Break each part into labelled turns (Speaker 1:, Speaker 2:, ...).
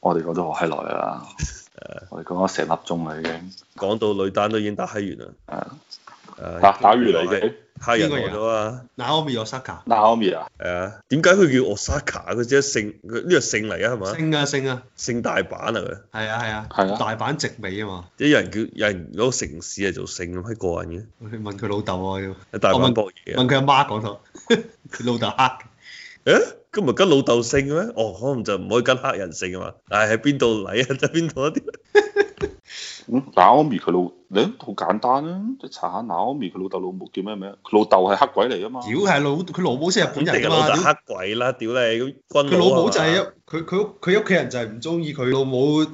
Speaker 1: 我哋講咗好閪耐啦，我哋講咗成粒鐘啦已經，
Speaker 2: 講到女單都已經打閪完啦。
Speaker 1: 係啊
Speaker 2: 唉
Speaker 1: 打打完啦已經。
Speaker 2: 閪人
Speaker 3: 邊個贏
Speaker 2: 嚟咗啊！
Speaker 3: Naomi Osaka，
Speaker 1: Naomi 啊，
Speaker 2: 係啊，點解佢叫 Osaka？佢只係姓，佢呢個姓嚟啊，係嘛？
Speaker 3: 升啊升啊，
Speaker 2: 姓大阪啊佢，
Speaker 3: 係啊係啊，
Speaker 1: 係啊
Speaker 3: 大阪直美啊嘛，
Speaker 2: 即係有人叫有人攞個城市嚟做姓咁閪過癮
Speaker 3: 我去問佢老豆啊要，
Speaker 2: 嘅，大
Speaker 3: 我
Speaker 2: 阪
Speaker 3: 問
Speaker 2: 博嘢啊
Speaker 3: 問！佢阿媽講到， 佢老豆黑，
Speaker 2: 誒，咁咪跟老豆姓嘅咩？哦，可能就唔可以跟黑人姓啊嘛。但係喺邊度嚟啊？喺邊度一啲？
Speaker 1: 嗯，Naomi 佢老，你好簡單啊，你查下 Naomi 佢老豆老母叫咩名？佢老豆係黑鬼嚟啊嘛，
Speaker 3: 屌係老佢老母先係日
Speaker 2: 本
Speaker 3: 本
Speaker 2: 地
Speaker 3: 人
Speaker 2: 嘅
Speaker 3: 㗎
Speaker 2: 老
Speaker 3: 嘛，
Speaker 2: 豆
Speaker 3: 屌
Speaker 2: 黑鬼啦，屌你咁軍
Speaker 3: 佢老母就係一
Speaker 2: 一
Speaker 3: 佢佢屋佢屋企人就係唔中意佢老母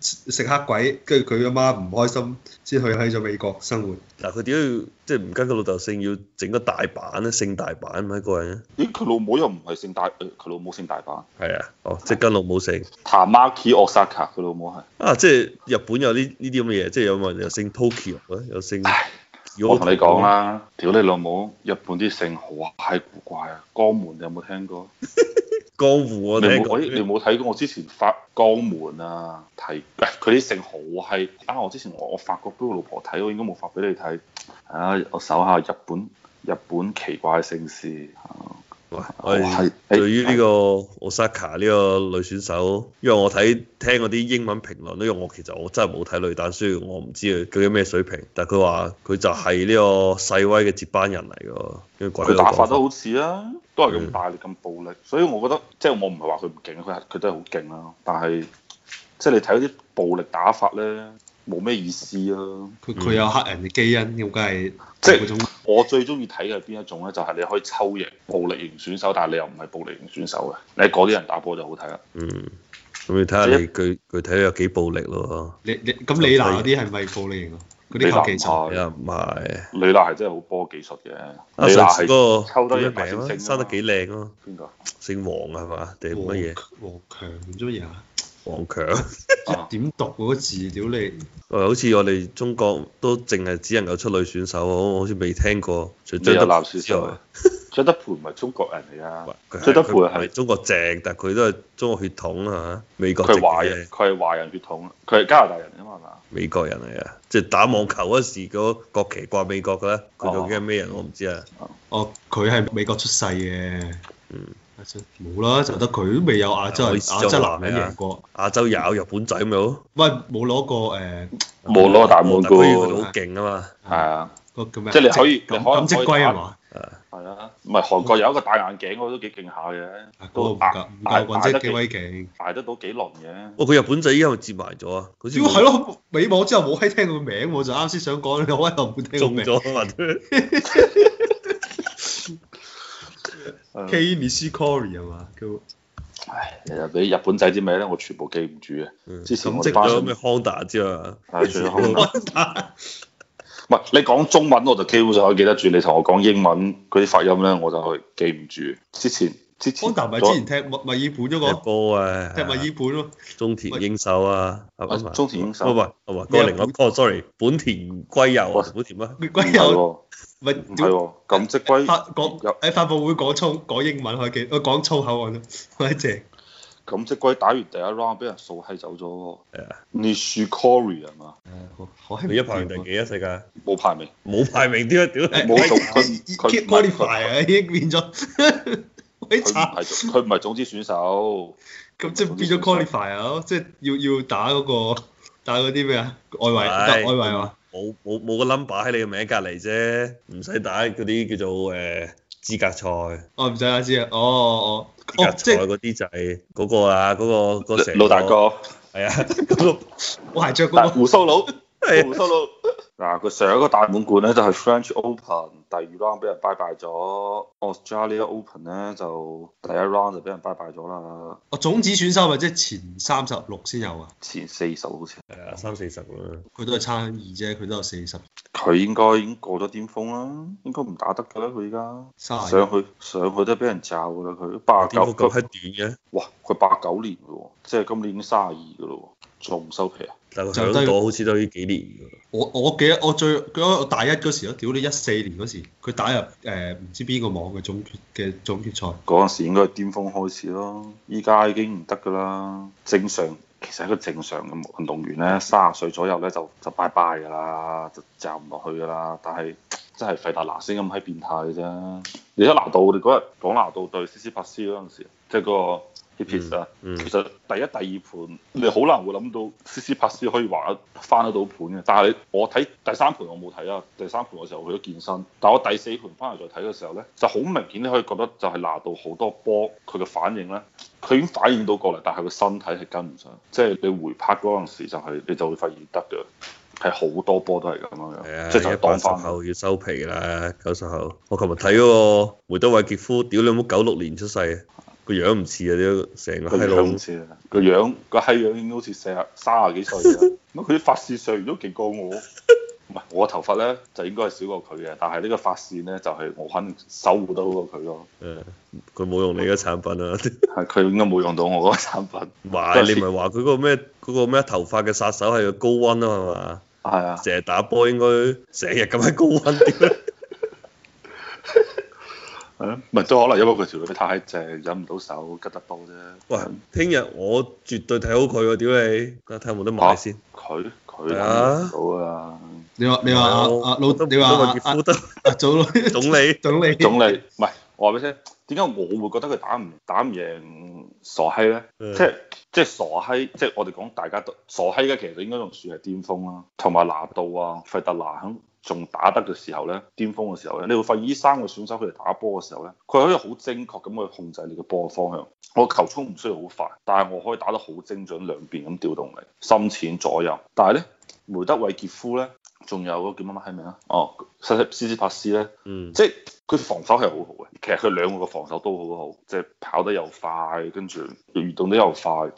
Speaker 3: 食黑鬼，跟住佢阿媽唔開心，先去喺咗美國生活。
Speaker 2: 嗱，佢點解要即係唔跟佢老豆姓，要整個大阪咧？姓大阪咪一個人
Speaker 1: 咦佢老母又唔係姓大，誒佢老母姓大阪
Speaker 2: 係啊，哦，即係跟老母姓。
Speaker 1: ，Tamaki Osaka 佢老母係，
Speaker 2: 啊，即係日本有呢呢啲咁嘅嘢，即係有冇人又姓 Tokyo 咧，又姓
Speaker 1: 唉，我同你講，啦，屌你老母，日本啲姓好閪古怪啊，江門你有冇聽過？
Speaker 2: 江戶啊我
Speaker 1: 你
Speaker 2: 聽
Speaker 1: 冇我
Speaker 2: 過
Speaker 1: 你冇睇過我之前發江門啊，睇 喂佢啲姓好閪啊！我之前我我發過俾我老婆睇，我應該冇發俾你睇。啊，我搜下日本日本奇怪姓氏，
Speaker 2: 喂，
Speaker 1: 我
Speaker 2: 我哋對於呢個 Osaka 呢個女選手，因為我睇聽嗰啲英文評論，因為我其實我真係冇睇女單，所以我唔知佢究竟咩水平。但係佢話佢就係呢個細威嘅接班人嚟㗎，因為鬼佬
Speaker 1: 佢打
Speaker 2: 講
Speaker 1: 法都好似啊，都係咁
Speaker 2: 嗯
Speaker 1: 大力咁暴力，所以我覺得即係我唔係話佢唔勁，佢係佢都係好勁啦。但係即係你睇嗰啲暴力打法咧，冇咩意思啊。
Speaker 3: 佢佢有黑人嘅基因，咁梗係
Speaker 1: 即係
Speaker 3: 嗰種
Speaker 1: 我最中意睇嘅係邊一種咧，就係、你可以抽型暴力型選手，但係你又唔係暴力型選手嘅，你嗰啲人打波就好睇啦。
Speaker 2: 嗯，咁你睇下你具具體有幾暴力咯？
Speaker 3: 你你咁李娜嗰啲係咪暴力型啊？嗰啲靠技術，
Speaker 2: 有人唔係
Speaker 1: 李娜係真係好波技術嘅，
Speaker 2: 啊，
Speaker 1: 李娜
Speaker 2: 上次
Speaker 1: 係
Speaker 2: 嗰
Speaker 1: 抽
Speaker 2: 個
Speaker 1: 得一
Speaker 2: 叫
Speaker 1: 百
Speaker 2: 咩名啊？
Speaker 1: 先升啊
Speaker 2: 生得幾靚咯，
Speaker 1: 邊個？
Speaker 2: 姓黃啊係嘛？定係乜嘢？
Speaker 3: 王王強唔知乜嘢啊？
Speaker 2: 黃強。
Speaker 1: 啊
Speaker 3: 點讀嗰個字？屌你！
Speaker 2: 誒，好似我哋中國都淨係只能夠出女選手，我好似未聽過，除
Speaker 1: 你
Speaker 2: 張
Speaker 1: 又
Speaker 2: 德
Speaker 1: 鬧
Speaker 2: 培
Speaker 1: 事
Speaker 2: 之
Speaker 1: 實
Speaker 2: 外，
Speaker 1: 張德培唔係中國人嚟啊，
Speaker 2: 佢
Speaker 1: 張德培
Speaker 2: 佢唔係
Speaker 1: 係
Speaker 2: 中國籍，但佢都係中國血統啊，美國
Speaker 1: 佢
Speaker 2: 籍
Speaker 1: 係華人，
Speaker 2: 嘅
Speaker 1: 佢係華人血統，佢係加拿大人啊嘛係嘛？
Speaker 2: 美國人嚟啊，即係打網球嗰時個國旗掛美國嘅咧，佢
Speaker 1: 哦
Speaker 2: 究竟係咩人我唔知啊。
Speaker 3: 哦，佢係美國出世嘅。
Speaker 2: 嗯。
Speaker 3: 冇啦，就得佢都未有亞洲人
Speaker 2: 佢
Speaker 3: 亞洲男人贏過，
Speaker 2: 亞洲有日本仔咪好，
Speaker 3: 喂冇攞過誒
Speaker 1: 冇攞過大滿
Speaker 2: 但佢
Speaker 1: 貫，
Speaker 2: 佢好勁啊嘛，
Speaker 1: 係啊，
Speaker 3: 個叫咩？
Speaker 1: 即係你可以你可能
Speaker 3: 錦織
Speaker 1: 可以
Speaker 3: 圭
Speaker 1: 打
Speaker 3: 係嘛？
Speaker 1: 係啊，唔係韓國有一個戴眼鏡嗰個都幾勁下嘅
Speaker 3: 啊嗰，個
Speaker 1: 都
Speaker 3: 唔
Speaker 1: 挨
Speaker 3: 夠唔
Speaker 1: 挨
Speaker 3: 夠
Speaker 1: 挨
Speaker 3: 滾
Speaker 1: 得
Speaker 3: 啫，幾
Speaker 1: 幾
Speaker 3: 威勁。
Speaker 1: 挨得到幾輪嘅。
Speaker 2: 哦佢日本仔依家咪接埋咗啊，好似
Speaker 3: 屌係咯，美網之後冇閪聽佢名喎，就啱先想講，你好閪耐冇聽佢
Speaker 2: 中
Speaker 3: 名。
Speaker 2: 咗啊嘛。
Speaker 1: 誒
Speaker 3: K. Nishikori 係嘛？叫
Speaker 1: 唉，其實俾日本仔啲名咧，我全部記唔住啊嘅。
Speaker 2: 嗯
Speaker 1: 之前
Speaker 3: 咁
Speaker 1: 我
Speaker 3: 即
Speaker 1: 哋
Speaker 3: 係
Speaker 1: 班
Speaker 2: 有咩 Honda 之外啊，
Speaker 1: 係除咗
Speaker 2: 嗯
Speaker 1: Honda 唔係你講中文我就基本上可以記得住，你同我講英文嗰啲發音咧，我就係記唔住。之前之前
Speaker 3: Honda 咪
Speaker 1: 左
Speaker 3: 之前踢墨墨爾本嗰
Speaker 2: 踢
Speaker 3: 個，
Speaker 2: 波啊，
Speaker 3: 踢墨爾本咯，
Speaker 2: 中田英壽啊，係咪
Speaker 1: 中田英壽
Speaker 2: 唔係唔係，嗰個另外一個 sorry，本田圭佑啊，本田乜？
Speaker 3: 玫
Speaker 1: 唔
Speaker 3: 瑰
Speaker 1: 係
Speaker 3: 又
Speaker 1: 喎，
Speaker 3: 咪
Speaker 1: 唔係
Speaker 3: 屌
Speaker 1: 喎，咁即歸
Speaker 3: 發講
Speaker 1: 入
Speaker 3: 喺發佈會講粗講英文可以記，我講粗口我都好閪正。
Speaker 1: 咁即歸打完第一 round 俾人掃閪走咗
Speaker 2: 係啊
Speaker 1: 喎。Nishikori 係嘛？
Speaker 3: 好閪
Speaker 2: 你一排名第幾啊？世界
Speaker 1: 冇排名，
Speaker 2: 冇排名添啊！屌
Speaker 3: 誒
Speaker 2: 你，
Speaker 1: 冇做佢佢
Speaker 3: keep
Speaker 1: 唔係
Speaker 3: qualify 啊，已經變咗，
Speaker 1: 佢唔
Speaker 3: 閪慘。
Speaker 1: 係佢唔係種子選手，
Speaker 3: 咁即係變咗 qualify 啊，即係要要打嗰個打嗰啲咩啊？外圍
Speaker 2: 係
Speaker 3: 打外圍啊嘛。
Speaker 2: 冇冇冇個 number 喺你嘅名隔離啫，唔使打嗰啲叫做誒資格賽，
Speaker 3: 我唔使啊，知啊，哦哦哦，
Speaker 2: 資
Speaker 3: 哦
Speaker 2: 格
Speaker 3: 即
Speaker 2: 賽嗰啲
Speaker 3: 係
Speaker 2: 就係嗰個啊，嗰個嗰成個
Speaker 1: 老大，哥，
Speaker 2: 係啊，嗰個
Speaker 3: 我係着
Speaker 1: 但
Speaker 3: 嗰個
Speaker 1: 胡鬚佬，
Speaker 2: 啊係啊
Speaker 1: 胡鬚佬。嗱，佢上一個大滿貫咧就係 French Open，第二 round 俾人拜拜咗，Australia Open 咧就第一 round 就俾人拜拜咗啦。
Speaker 3: 我種子選手咪即係前三十六先有啊，
Speaker 1: 前四十好似，
Speaker 2: 係啊，三四十咁樣。
Speaker 3: 佢都係差二啫，佢都有四十
Speaker 1: 佢應該已經過咗巔峰啦，應該唔打得㗎啦佢而家。
Speaker 3: 三十。
Speaker 1: 上去上去都俾人罩㗎啦佢，八
Speaker 2: 點
Speaker 1: 九
Speaker 2: 解咁閪
Speaker 1: 佢
Speaker 2: 短嘅？
Speaker 1: 哇佢八九年㗎喎，即係今年已經卅二㗎咯喎，仲唔收皮啊？
Speaker 2: 但係
Speaker 3: 就
Speaker 2: 佢
Speaker 3: 低
Speaker 2: 響度好似都已經幾年㗎。
Speaker 3: 我我記得我最記得我大一嗰時咯，屌你一四年嗰時，佢打入誒唔、知邊個網嘅總決嘅總決賽，
Speaker 1: 嗰陣時應該係巔峰開始咯，依家已經唔得㗎啦。正常其實一個正常嘅運動員咧，三十歲左右咧就就拜拜㗎啦，就站唔落去㗎啦。但係真係費達拿先咁閪變態嘅啫。你一拿到我哋嗰日講拿到對斯斯帕斯嗰陣時，即係個 h i p s 啊，
Speaker 2: 嗯嗯
Speaker 1: 其實第一、第二盤你好難會諗到斯斯帕斯可以話翻得到盤嘅。但係你我睇第三盤我冇睇啊，第三盤嘅時候去咗健身，但我第四盤翻嚟再睇嘅時候咧，就好明顯你可以覺得就係拿到好多波佢嘅反應咧。佢已經反應到過嚟，但係佢身體係跟唔上，即係你回拍嗰陣時就係、你就會發現得嘅，係好多波都係咁樣
Speaker 2: 係啊，
Speaker 1: 樣，即係就
Speaker 2: 一八
Speaker 1: 當
Speaker 2: 十
Speaker 1: 翻
Speaker 2: 後要收皮啦，九十後。我琴日睇嗰個梅德韋傑夫，屌你冇九六年出世嘅，個樣唔似啊，啲成個
Speaker 1: 個
Speaker 2: 閪
Speaker 1: 樣
Speaker 2: 佬
Speaker 1: 唔。似啊，個樣個閪樣應該好似四啊三啊幾歲 啊，咁佢啲髮線上都勁過我，唔係我頭髮咧就應該係少過佢嘅，但係呢個髮線咧就係、我肯定守護得好過佢咯，
Speaker 2: 誒佢冇用你嘅產品 啊！
Speaker 1: 係佢應該冇用到我嗰個產品，
Speaker 2: 唔係你咪話佢個咩嗰個咩頭髮嘅殺手係個高温啊
Speaker 1: 係啊
Speaker 2: 嘛，。成日打波應該成日咁喺高温 啲
Speaker 1: 係啊唔係都可能因為佢條女太正，忍唔到手，吉得多啫。
Speaker 2: 喂，聽日我絕對睇好佢喎，屌你！睇下有冇得買先。
Speaker 1: 佢佢
Speaker 2: 係
Speaker 1: 忍
Speaker 2: 啊
Speaker 1: 唔到啊！
Speaker 3: 你話你話阿阿老，你話啊
Speaker 2: 阿
Speaker 3: 阿
Speaker 2: 傑
Speaker 3: 阿
Speaker 2: 哦夫得
Speaker 3: 阿祖老
Speaker 2: 總理。
Speaker 3: 總理
Speaker 1: 總理唔係，我話俾你聽，點解我會覺得佢打唔打唔贏傻閪咧？
Speaker 2: 嗯
Speaker 1: 即係即係傻閪，即係我哋講大家都傻閪嘅，其實應該仲算係巔峰啦，同埋拿度啊、費特拿肯。仲打得嘅時候咧，巔峰嘅時候咧，你會發現呢三個選手佢哋打波嘅時候咧，佢可以好精確咁去控制你嘅波嘅方向。我球速唔需要好快，但係我可以打得好精準，兩邊咁調動你，深淺左右。但係咧，梅德韋傑夫咧，仲有嗰個叫乜乜閪名啊？哦，西西斯斯帕斯咧，
Speaker 2: 嗯，
Speaker 1: 即係佢防守係好好嘅，其實佢兩個嘅防守都好好，即係跑得又快，跟住移動得又快，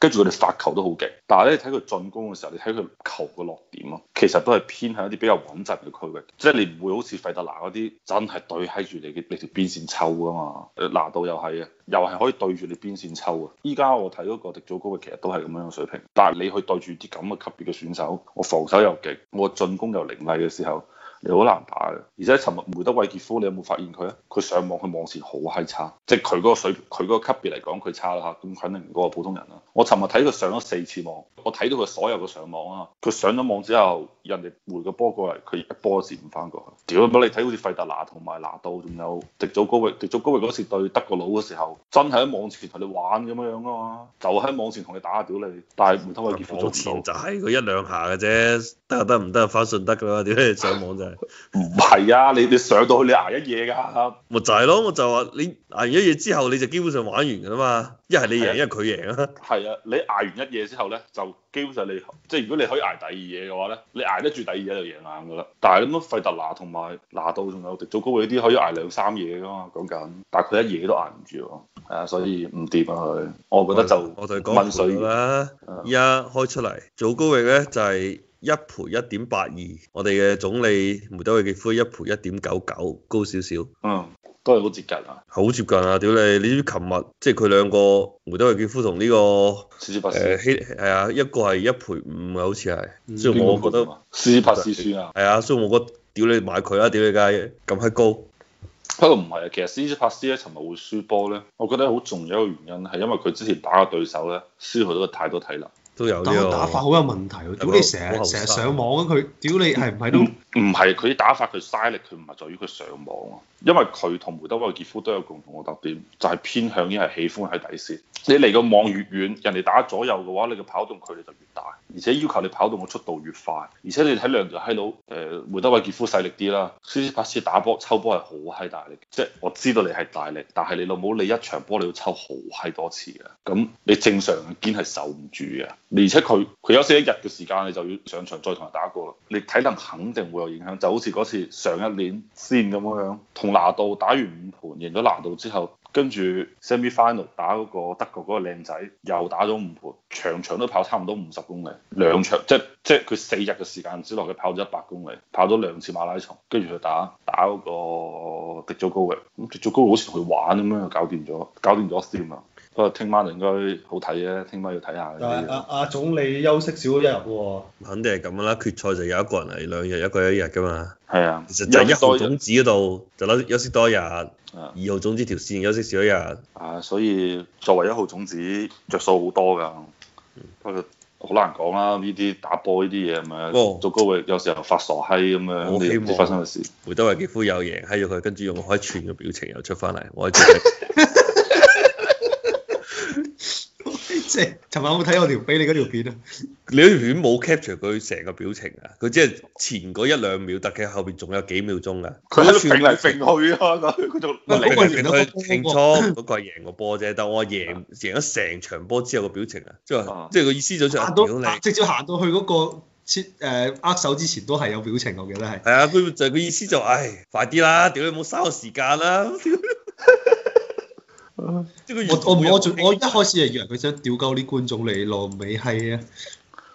Speaker 1: 跟住佢哋發球都好勁。但係咧，睇佢進攻嘅時候，你睇佢球嘅落點咯，其實都係偏向一啲比較穩陣嘅區域，即係你唔會好似費特拿嗰啲真係對喺住你嘅你條邊線抽噶嘛。誒拿度又係啊，又係可以對住你邊線抽啊。依家我睇嗰個迪祖高域其實都係咁樣嘅水平，但係你去對住啲咁嘅級別嘅選手，我防守又勁，我進攻又凌厲嘅時候。你好難打嘅。而且尋日梅德韋傑夫，你有冇發現佢啊？佢上網佢網線好閪差，即係佢嗰個水平，佢嗰個級別嚟講佢差啦嚇，咁肯定唔過普通人啦。我尋日睇佢上咗四次網，我睇到佢所有嘅上網啊，佢上咗網之後，人哋回個波過嚟，佢一波都接唔翻過去。屌，乜你睇好似費特拿同埋拿度，仲有迪祖高域，迪祖高域嗰時對德國佬嘅時候，真係喺網前同你玩咁樣樣啊嘛，就喺網前同你打，屌你！但係梅
Speaker 2: 啊
Speaker 1: 德韋傑夫
Speaker 2: 往
Speaker 1: 做
Speaker 2: 前
Speaker 1: 唔到
Speaker 2: 就。係佢一兩下嘅啫，得就啊得唔得就翻順德噶啦，屌 你上網就係、
Speaker 1: 唔係啊，你你上到去你捱一夜㗎。
Speaker 2: 咪就係咯，我就話你捱完一嘢之後你就基本上玩完㗎啦嘛，一係你
Speaker 1: 係啊
Speaker 2: 贏，一係佢贏啊，
Speaker 1: 係啊，你捱完一夜之後咧，就基本上你即係如果你可以捱第二夜嘅話咧，你捱得住第二夜就贏硬㗎啦。但係你乜費特拿同埋拿度仲有迪祖高嗰啲可以捱兩三夜㗎嘛，講緊，但係佢一夜都捱唔住喎。係啊，所以唔掂啊佢。我覺得就
Speaker 2: 我同你
Speaker 1: 問
Speaker 2: 講
Speaker 1: 水
Speaker 2: 賠率啦，依家開出嚟，祖高域咧就係、一賠一點八二，我哋嘅總理梅德韋傑夫一賠一點九九，高少少，
Speaker 1: 嗯，都係好接近啊，
Speaker 2: 好接近啊！屌你，你知唔知琴日即係佢兩個梅德韋傑夫同呢、個
Speaker 1: 斯斯帕斯。
Speaker 2: 誒希係啊，一個係一賠五啊，好似係，所以
Speaker 1: 邊
Speaker 2: 我
Speaker 1: 個
Speaker 2: 覺得
Speaker 1: 高啊斯斯帕斯輸啊。
Speaker 2: 係啊，所以我覺得屌你買佢啦，屌你街咁閪高，
Speaker 1: 不過唔係啊，其實斯斯帕斯咧，尋日會輸波咧，我覺得好重要一個原因係因為佢之前打嘅對手咧，消耗咗太多體能。
Speaker 2: 都有呢、
Speaker 3: 但
Speaker 2: 個
Speaker 3: 係打法好有問題喎！屌你成
Speaker 2: 好
Speaker 3: 日
Speaker 2: 後
Speaker 3: 成
Speaker 2: 生嗯
Speaker 3: 日上網啊，佢屌你係唔係都
Speaker 1: 唔唔係佢打法佢嘥力，佢唔係在於佢上網啊，因為佢同梅德韋傑夫都有共同嘅特點，就係、偏向於係喜歡喺底線。你離個網越遠，人哋打左右嘅話，你嘅跑動距離就越大，而且要求你跑動嘅速度越快。而且你睇兩條閪佬，誒、梅呃德韋傑夫細力啲啦，斯斯帕斯打波抽波係好閪大力，即係我知道你係大力，但係你老母你一場波你要抽好閪多次嘅，咁你正常嘅肩係受唔住嘅。而且佢佢休息一日嘅時間，你就要上場再同人打過啦。你體能肯定會有影響，就好似嗰次上一年先咁樣，同拿度打完五盤，贏咗拿度之後，跟住 semi final 打嗰個德國嗰個靚仔，又打咗五盤，場場都跑差唔多五十公里，兩場即即係佢四日嘅時間之內，佢跑咗一百公里，跑咗兩次馬拉松，跟住佢打打嗰個迪祖高域，咁迪祖高域好似同佢玩咁樣，搞掂咗，搞掂咗先啊！不過聽晚就應該好睇嘅，聽晚要睇下嘅。
Speaker 3: 但係阿啊阿總理休息少咗一日喎，
Speaker 2: 肯定係咁啦，決賽就有一個人係兩日，一個一日噶嘛。
Speaker 1: 係啊，
Speaker 2: 其實就係一號
Speaker 1: 有
Speaker 2: 種子嗰度就攞休息多一日，二
Speaker 1: 啊
Speaker 2: 號種子條線休息少一日。
Speaker 1: 啊，所以作為一號種子，着數好多㗎。不不過好難講啦，呢啲打波呢啲嘢咁
Speaker 2: 哦
Speaker 1: 樣，做高域有時候發傻閪咁樣，
Speaker 2: 我希
Speaker 1: 你唔知
Speaker 2: 望
Speaker 1: 發生咩事。
Speaker 2: 梅德維基夫又贏閪咗佢，跟住用開串嘅表情又出翻嚟，我 喺度
Speaker 3: 即係尋晚有冇睇我條俾你嗰條片啊？
Speaker 2: 你嗰條片冇 capture 佢成個表情啊，佢只係前嗰一兩秒，但其實後邊仲有幾秒鐘啊
Speaker 1: 佢
Speaker 2: 㗎。
Speaker 1: 喺度揈嚟
Speaker 2: 揈。
Speaker 1: 揈去啊！ 佢佢仲
Speaker 3: 喂
Speaker 1: 你
Speaker 3: 嗰個贏咗
Speaker 2: 佢
Speaker 3: 個波
Speaker 2: 慶初嗰個係贏個波啫，但我話贏贏咗成場波之後個表情啊，即係話
Speaker 1: 啊
Speaker 2: 即係個意思就係
Speaker 3: 行
Speaker 2: 屌你，
Speaker 3: 到直接行到去嗰個切誒握手之前都係有表情，我記得係。
Speaker 2: 係啊，佢就係個意思就唉快啲啦，屌你冇嘥我時間啦，即係佢
Speaker 3: 我我我仲我一
Speaker 2: 係
Speaker 3: 開始係以為佢想屌鳩啲觀眾嚟羅尾係啊，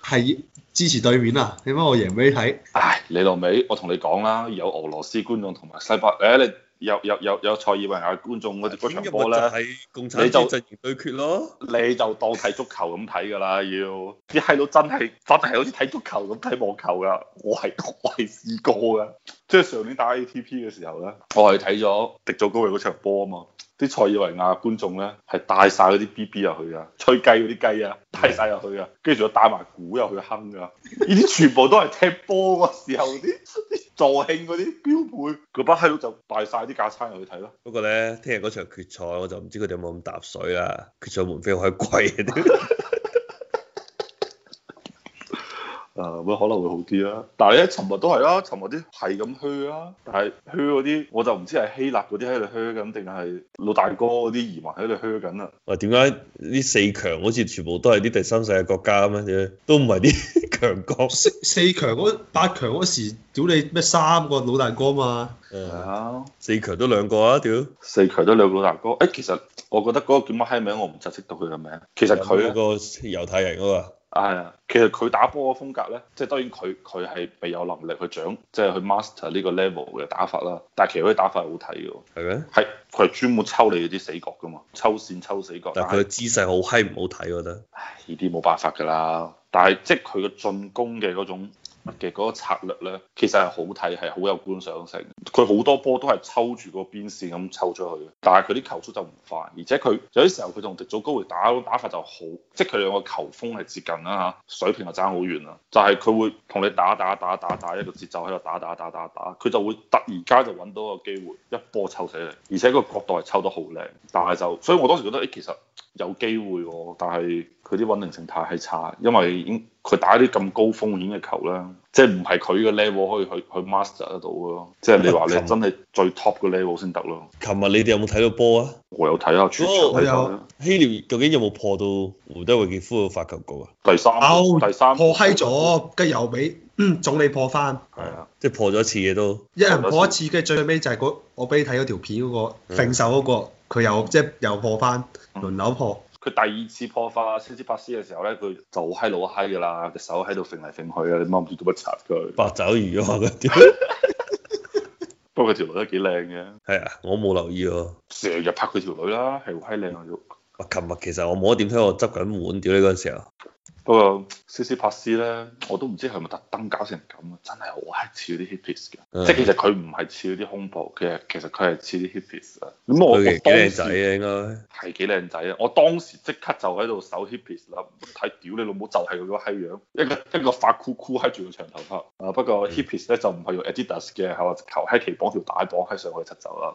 Speaker 3: 係支持對面啊，點解我贏俾你睇？
Speaker 1: 唉，你老味，我同你講啦，有俄羅斯觀眾同埋西伯，誒你有有有有塞爾維亞觀眾嗰嗰場波
Speaker 2: 就
Speaker 1: 咧，
Speaker 2: 係共產
Speaker 1: 你
Speaker 2: 主
Speaker 1: 就
Speaker 2: 義陣營對決咯，
Speaker 1: 你就當睇足球咁睇㗎啦，要啲閪佬真係真係好似睇足球咁睇網球㗎，我係我係試過㗎，即係上年打 ATP 嘅時候咧，我係睇咗迪祖高域嗰場波啊嘛。啲塞爾維亞觀眾咧係帶晒嗰啲 BB 入去㗎，吹雞嗰啲雞啊，帶晒入去㗎，跟住仲有帶埋鼓入去哼㗎，呢啲全部都係踢波嗰時候啲啲助興嗰啲標配，嗰班閪佬就帶晒啲架撐入去睇咯。
Speaker 2: 不過咧聽日嗰場決賽我就唔知佢哋有冇咁搭水啦，決賽門飛好閪貴啊屌！
Speaker 1: 誒呃咁可能會好啲啦，但係咧，尋日都係啦，尋日啲係咁噓啦，但係噓嗰啲我就唔知係希臘嗰啲喺度噓緊，定係老大哥嗰啲移民喺度噓緊啊啦。
Speaker 2: 喂，點解呢四強好似全部都係啲第三世界國家咁樣？都唔係啲 強 國。
Speaker 3: 四四強嗰八強嗰時，屌你咩三個老大哥嘛？
Speaker 2: 嗯
Speaker 1: 啊，
Speaker 2: 四強都兩個啊！屌，
Speaker 1: 四強都兩個老大哥。誒、其實我覺得嗰個叫乜閪名，我唔就識到佢嘅名。其實佢
Speaker 2: 有
Speaker 1: 呢
Speaker 2: 個猶太人啊嘛，
Speaker 1: 係啊，其實佢打波嘅風格咧，即係當然佢佢係未有能力去掌，即係去 master 呢個 level 嘅打法啦。但係其實佢啲打法係好睇嘅喎，
Speaker 2: 係咩？
Speaker 1: 係佢係專門抽你啲死角㗎嘛，抽線抽死角。
Speaker 2: 但係佢嘅姿勢好閪唔好睇，我覺得。
Speaker 1: 唉，呢啲冇辦法㗎啦。但係即係佢嘅進攻嘅嗰種嘅嗰個策略咧，其實係好睇，係好有觀賞性。佢好多波都係抽住個邊線咁抽出去嘅，但係佢啲球速就唔快，而且佢有啲時候佢同迪祖高域打打法就好，即係佢兩個球風係接近啦嚇，水平就爭好遠啦。就係、佢會同你打打打打打一個節奏喺度打打打打打，佢就會突然間就揾到個機會一波抽死你，而且個角度係抽得好靚，但係就所以我當時覺得誒、其實。有機會喎，但係佢啲穩定性太係差，因為已經佢打啲咁高風險嘅球咧，即係唔係佢嘅 level 可以去去 master 得到咯，即係你 話你真係最 top 嘅 level 先得咯。
Speaker 2: 琴日你哋有冇睇到波啊？
Speaker 1: 我有睇啊，全場
Speaker 2: 哦
Speaker 3: 我
Speaker 1: 睇
Speaker 3: 有
Speaker 1: 曬，
Speaker 2: 希臘究竟有冇破到胡德維傑夫嘅發球局啊？
Speaker 1: 第三
Speaker 3: 有
Speaker 1: 第三
Speaker 3: 破閪，咗，跟住又俾嗯總理破翻，
Speaker 1: 係啊，
Speaker 2: 即係破咗一次嘅都。
Speaker 3: 一人破一次，跟住最尾就係嗰我俾你睇嗰條片嗰、
Speaker 2: 嗯
Speaker 3: 個揈手嗰、個，佢又即係又破翻，輪流破。
Speaker 1: 佢第二次破發先知帕斯嘅時候咧，佢就閪老閪㗎啦，隻手喺度揈嚟揈去啊，你掹唔住做乜柒佢。
Speaker 2: 八爪魚啊！ 嗰啲
Speaker 1: 不過佢條女都幾靚嘅，
Speaker 2: 係啊，我冇留意喎。
Speaker 1: 成日拍佢條女啦，係好閪靚啊！
Speaker 2: 哇琴日其實我冇一點睇，我執緊碗，屌你嗰陣時候。
Speaker 1: 不過斯斯帕斯咧，我都唔知佢係咪特登搞成咁啊！真係好閪似啲 hippies
Speaker 2: 嗯
Speaker 1: 嘅，即係其實佢唔係似啲恐怖嘅，其實佢係似啲 hippies 啊。咁我我
Speaker 2: 佢其實幾
Speaker 1: 當
Speaker 2: 靚仔啊
Speaker 1: 時
Speaker 2: 嘅應該。
Speaker 1: 係幾靚仔啊！我當時即刻就喺度搜 hippies 啦，睇屌你老母就係佢個閪樣，一個一個發箍箍閪住個長頭髮啊！不
Speaker 2: 嗯
Speaker 1: 過 hippies 咧就唔係用 Adidas 嘅，係話求閪其綁條帶綁喺上去就走啦。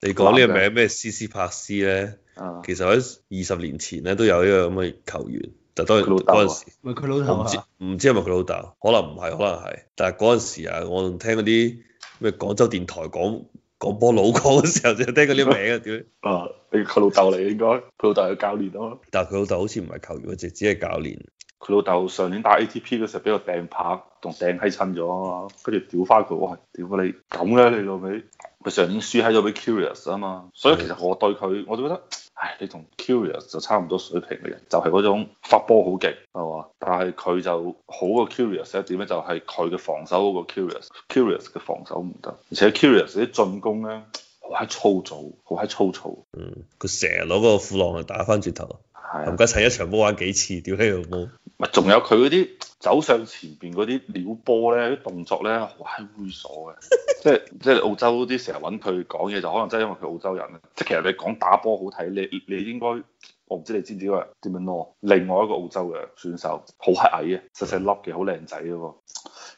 Speaker 2: 你講呢個
Speaker 1: 男嘅
Speaker 2: 名咩？斯斯帕斯咧？
Speaker 1: 啊，
Speaker 2: 其實喺二十年前咧都有呢個咁嘅球員，但當然
Speaker 1: 佢老豆啊
Speaker 2: 嗰陣時
Speaker 3: 咪佢老
Speaker 2: 我
Speaker 3: 頭
Speaker 2: 唔知
Speaker 3: 啊！
Speaker 2: 唔知係咪佢老豆，可能唔係，可能係。但係嗰陣時啊，我仲聽嗰啲咩廣州電台講講波佬講嘅時候，就聽嗰啲名啊屌！
Speaker 1: 啊，你佢老豆嚟應該，佢老豆係教練啊咯。
Speaker 2: 但係佢老豆好似唔係球員，只只係教練。
Speaker 1: 佢老豆上年打 ATP 嘅時候俾個掟拍，同掟閪親咗啊嘛，跟住屌翻佢，哇！屌你咁嘅你老味，佢上年輸喺咗俾 Curious 啊嘛，所以其實我對佢我都覺得，唉，你同 Curious 就差唔多水平嘅人，就係、嗰種發波好勁係嘛，但係佢就好過 Curious 一點咧，就係佢嘅防守好過 Curious，Curious 嘅防守唔得，而且 Curious 啲進攻咧好閪粗糙，好閪粗糙，
Speaker 2: 嗯，佢成日攞個褲浪嚟打翻轉頭，
Speaker 1: 係啊
Speaker 2: 冚。家砌一場波玩幾次，屌你老母！
Speaker 1: 咪仲有佢嗰啲走上前邊嗰啲撩波咧，啲動作咧好閪猥瑣嘅，即係即係澳洲啊啲成日揾佢講嘢，就可能真係因為佢澳洲人咧。即係其實你講打波好睇，你你應該我唔知你知唔知嗰個點樣咯？另外一個澳洲嘅選手，好閪矮嘅，細細粒嘅，好靚仔嘅喎。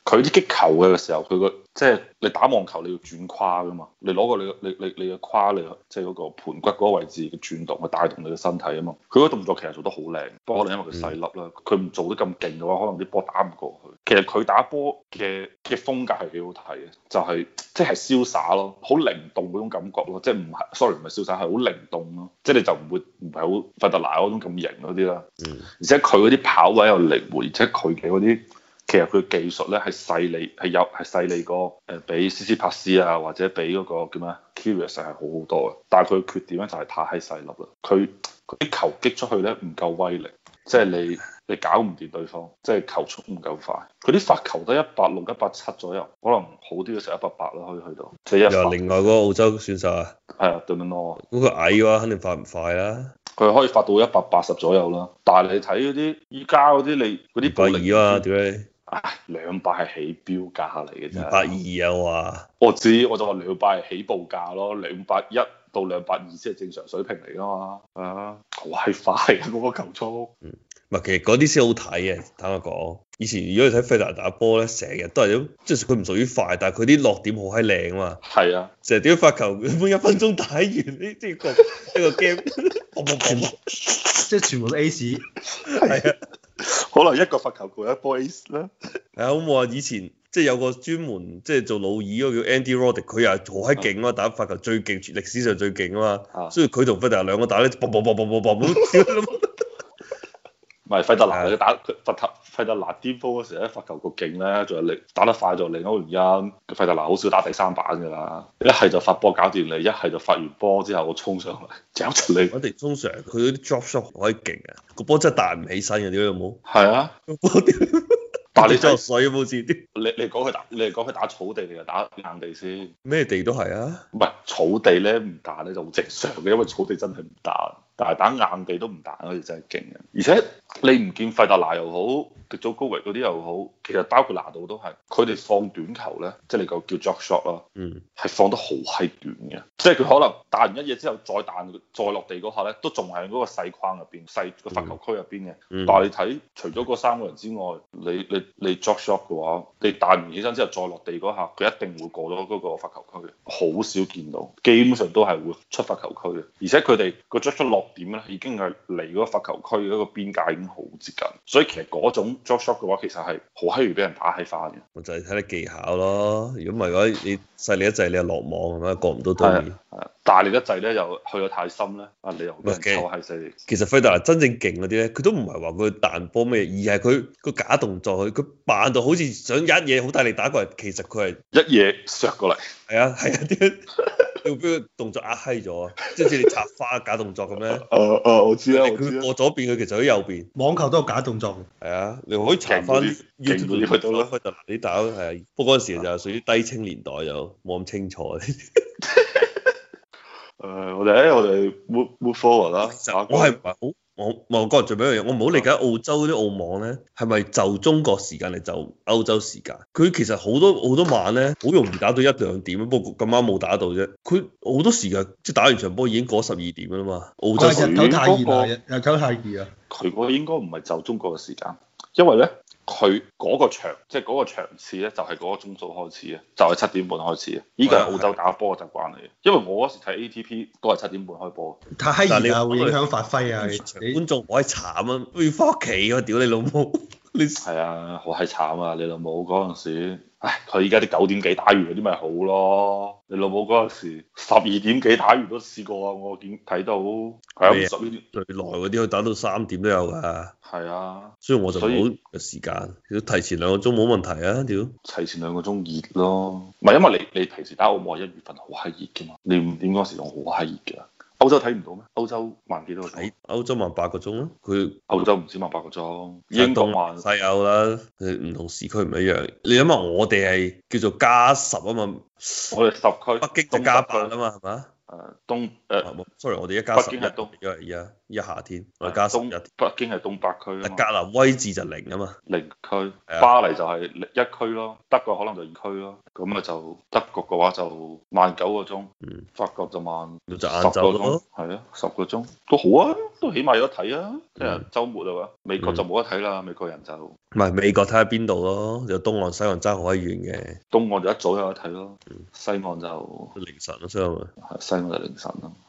Speaker 1: 佢啲擊球嘅時候，佢個即係你打網球你要轉胯噶嘛，你攞個你你你你嘅胯你即係嗰個盤骨嗰個位置嘅轉動去帶動你嘅身體啊嘛。佢嗰個動作其實做得好靚，不過可能因為佢細粒啦，佢唔做得咁勁嘅話，可能啲波打唔過去。其實佢打波嘅嘅風格係幾好睇嘅，就係即係瀟灑咯，好靈動嗰種感覺咯，即係唔係 sorry 唔係瀟灑，係好靈動咯，即係你就唔會唔係好費特拿嗰種咁型嗰啲啦。而且佢嗰啲跑位又靈活，而且佢嘅嗰啲其實佢技術咧係細膩，係有係細膩過誒比斯斯帕斯啊，或者比嗰個叫咩 Curious 係好好多嘅。但係佢嘅缺點咧就係太閪細粒啦，佢佢啲球擊出去咧唔夠威力，即係你你搞唔掂對方，即係球速唔夠快。佢啲發球都一百六、一百七左右，可能好啲嘅時候一百八啦，可以去到即係一
Speaker 2: 又話
Speaker 1: 百
Speaker 2: 另外嗰個澳洲選手啊，
Speaker 1: 係啊，對面咯。
Speaker 2: 咁佢矮嘅話，肯定快唔快啦，
Speaker 1: 佢可以發到一百八十左右啦，但係你睇嗰啲依家嗰啲你嗰啲
Speaker 2: 百
Speaker 1: 暴
Speaker 2: 二
Speaker 1: 力
Speaker 2: 啊嘛，屌你，
Speaker 1: 唉，兩百係起標價嚟嘅啫。
Speaker 2: 二百二啊我話，
Speaker 1: 我知，我就話兩百係起步價咯，兩百一到兩百二先係正常水平嚟噶嘛。啊，好閪快嘅嗰個球速。
Speaker 2: 唔係其實嗰啲先好睇嘅，坦白講。以前如果你睇費達打波咧，成日都係咁，即係佢唔屬於快，但係佢啲落點好閪靚啊嘛，
Speaker 1: 係啊，
Speaker 2: 成日點發球，每一分鐘打完呢啲個一個 game，砰砰砰砰
Speaker 3: 即係全部都 A 市，
Speaker 2: 係啊。
Speaker 1: 可能一個罰球過一波 ace 啦。
Speaker 2: 係啊，咁我話以前即係有個專門即係做老二嗰個叫 Andy Roddick，佢又係好閪勁啊，打發球最勁，歷史上最勁啊嘛。
Speaker 1: 啊
Speaker 2: 所以佢同費達兩個打咧，砰砰砰砰砰砰砰，屌你老母
Speaker 1: 唔係費特拿
Speaker 2: 係
Speaker 1: 佢打佢罰球費特拿巔峰嗰時咧，罰球個勁咧，仲有力打得快就另一個原因。費特拿好少打第三板㗎啦，一係就發波搞掂你，一係就發完波之後我衝上嚟，走出你。
Speaker 2: 我哋通常佢嗰啲 drop shot 好閪勁啊，個波真係彈唔起身嘅，屌你老母！
Speaker 1: 係啊，
Speaker 2: 個波屌，
Speaker 1: 但係你
Speaker 2: 真
Speaker 1: 真
Speaker 2: 係水好似啲
Speaker 1: 你你講佢打，你係講佢打草地定係打硬地先？
Speaker 2: 咩地都係啊。
Speaker 1: 唔係草地咧唔彈咧就好正常嘅，因為草地真係唔彈，但係打硬地都唔彈嗰啲真係勁嘅。而且你唔見費達拿又好，迪祖高維嗰啲又好，其實包括拿度都係，佢哋放短球咧，即係你個叫 jog shot 啦，
Speaker 2: 嗯，
Speaker 1: 係放得好閪短嘅，即係佢可能彈完一嘢之後再彈再落地嗰下咧，都仲係喺嗰個細框入邊、細個罰球區入邊嘅。
Speaker 2: 嗯
Speaker 1: 但係你睇除咗嗰三個人之外，你你你 jog shot 嘅話，你彈完起身之後再落地嗰下，佢一定會過咗嗰個罰球區嘅，好少見到，基本上都係會出罰球區嘅。而且佢哋個 jog shot 落點咧，已經係離嗰個罰球區嗰個邊界已經好接近，所以其實嗰種 jog shot 嘅話，其實係好閪易俾人打起翻嘅。
Speaker 2: 我就係睇你技巧咯。如果唔係嘅話，你細你一滯，你又落網係咪？過唔到對面。
Speaker 1: 係啊大力得滯咧，又去得太深咧，啊你又俾人
Speaker 2: 喂
Speaker 1: 抽閪死。
Speaker 2: 其實費達拿真正勁嗰啲咧，佢都唔係話佢彈波咩，而係佢個假動作，佢佢扮到好似想一嘢好大力打過嚟，其實佢係
Speaker 1: 一嘢削過嚟，
Speaker 2: 係啊 係啊啲，要俾個動作壓閪咗啊，即係好似你插花假動作咁咧。
Speaker 1: 誒誒，哦我知啊
Speaker 2: 佢過左邊，佢其實喺右邊。
Speaker 3: 網球都有假動作嘅。
Speaker 2: 係啊，你可以查翻
Speaker 1: 勁嗰啲勁
Speaker 2: YouTube
Speaker 1: 嗰啲咪得咯
Speaker 2: 費達拿啲打係啊，不過嗰陣時就係屬於低清年代，就冇咁清楚。
Speaker 1: 誒，我哋誒，我哋 move move forward 啦。啊
Speaker 2: 我係唔係好？我我個人最尾一樣嘢，我唔好理解澳洲啲澳網咧，係咪就中國時間定就歐洲時間？佢其實好多好多晚咧，好容易打到一兩點，不過咁啱冇打到啫。佢好多時間即係打完場波已經過十二點㗎啦嘛。澳洲
Speaker 1: 就屬於
Speaker 3: 佢係日頭太熱
Speaker 1: 嗰個
Speaker 3: 啦，日日頭太熱啊！
Speaker 1: 佢嗰個應該唔係就中國嘅時間，因為咧佢嗰個場，即係嗰個場次咧，就係嗰個鐘數開始嘅，就係七點半開始嘅。呢個係澳洲打波嘅習慣嚟嘅，因為我嗰時睇 ATP 都係七點半開波。
Speaker 3: 太
Speaker 2: 但係你
Speaker 3: 熱啊，會影響發揮啊！
Speaker 2: 現
Speaker 3: 你
Speaker 2: 場
Speaker 3: 你
Speaker 2: 觀眾我係慘啊，要翻屋企啊！屌你老母！ 你
Speaker 1: 係啊，好閪慘啊！你老母嗰陣時，唉，佢依家啲九點幾打完嗰啲咪好咯。你老母嗰陣時十二點幾打完都試過啊！我見睇到係啊，
Speaker 2: 咩啊
Speaker 1: 十二點
Speaker 2: 最耐嗰啲可以打到三點都有㗎，
Speaker 1: 係啊，
Speaker 2: 所以我就
Speaker 1: 所以
Speaker 2: 冇嘅時間，要提前兩個鐘冇問題啊！屌，
Speaker 1: 提前兩個鐘熱咯。唔係因為你你平時打澳網係一月份好閪熱㗎嘛，你五點嗰時仲好閪熱㗎。歐洲睇唔到咩？歐洲慢幾多個鐘
Speaker 2: 喺？歐洲慢八個鐘啦，啊佢
Speaker 1: 歐洲唔止慢八個鐘，英國慢
Speaker 2: 西歐啦，佢唔同時區唔一樣。你諗下，我哋係叫做加十啊嘛，
Speaker 1: 我哋十區，
Speaker 2: 北京就加八啊嘛，係嘛？
Speaker 1: 誒東誒
Speaker 2: 冇，sorry，我哋一加
Speaker 1: 北
Speaker 2: 十
Speaker 1: 京
Speaker 2: 一
Speaker 1: 係東，
Speaker 2: 因為而家依家夏天，我哋加十
Speaker 1: 東嗯
Speaker 2: 一，
Speaker 1: 北京係東北區啊
Speaker 2: 但
Speaker 1: 嘛，
Speaker 2: 格林威治就零啊嘛，
Speaker 1: 零區，
Speaker 2: 係啊
Speaker 1: 巴黎就係一區咯，德國可能就二區咯，咁啊就德國嘅話就慢九個鐘
Speaker 2: 嗯，
Speaker 1: 法國就慢
Speaker 2: 咁
Speaker 1: 十
Speaker 2: 就
Speaker 1: 個
Speaker 2: 晏晝
Speaker 1: 鐘
Speaker 2: 咯，
Speaker 1: 係啊，十個鐘都好啊，都起碼有得睇啊，即係
Speaker 2: 嗯
Speaker 1: 週末啊嘛，美國就冇得睇啦，美國人就
Speaker 2: 唔係美國睇下邊度咯，就東岸西岸爭好閪遠嘅，嗯
Speaker 1: 東岸就一早有得睇咯，西岸就
Speaker 2: 凌晨咯，所以咪
Speaker 1: 西岸就凌晨咯。啊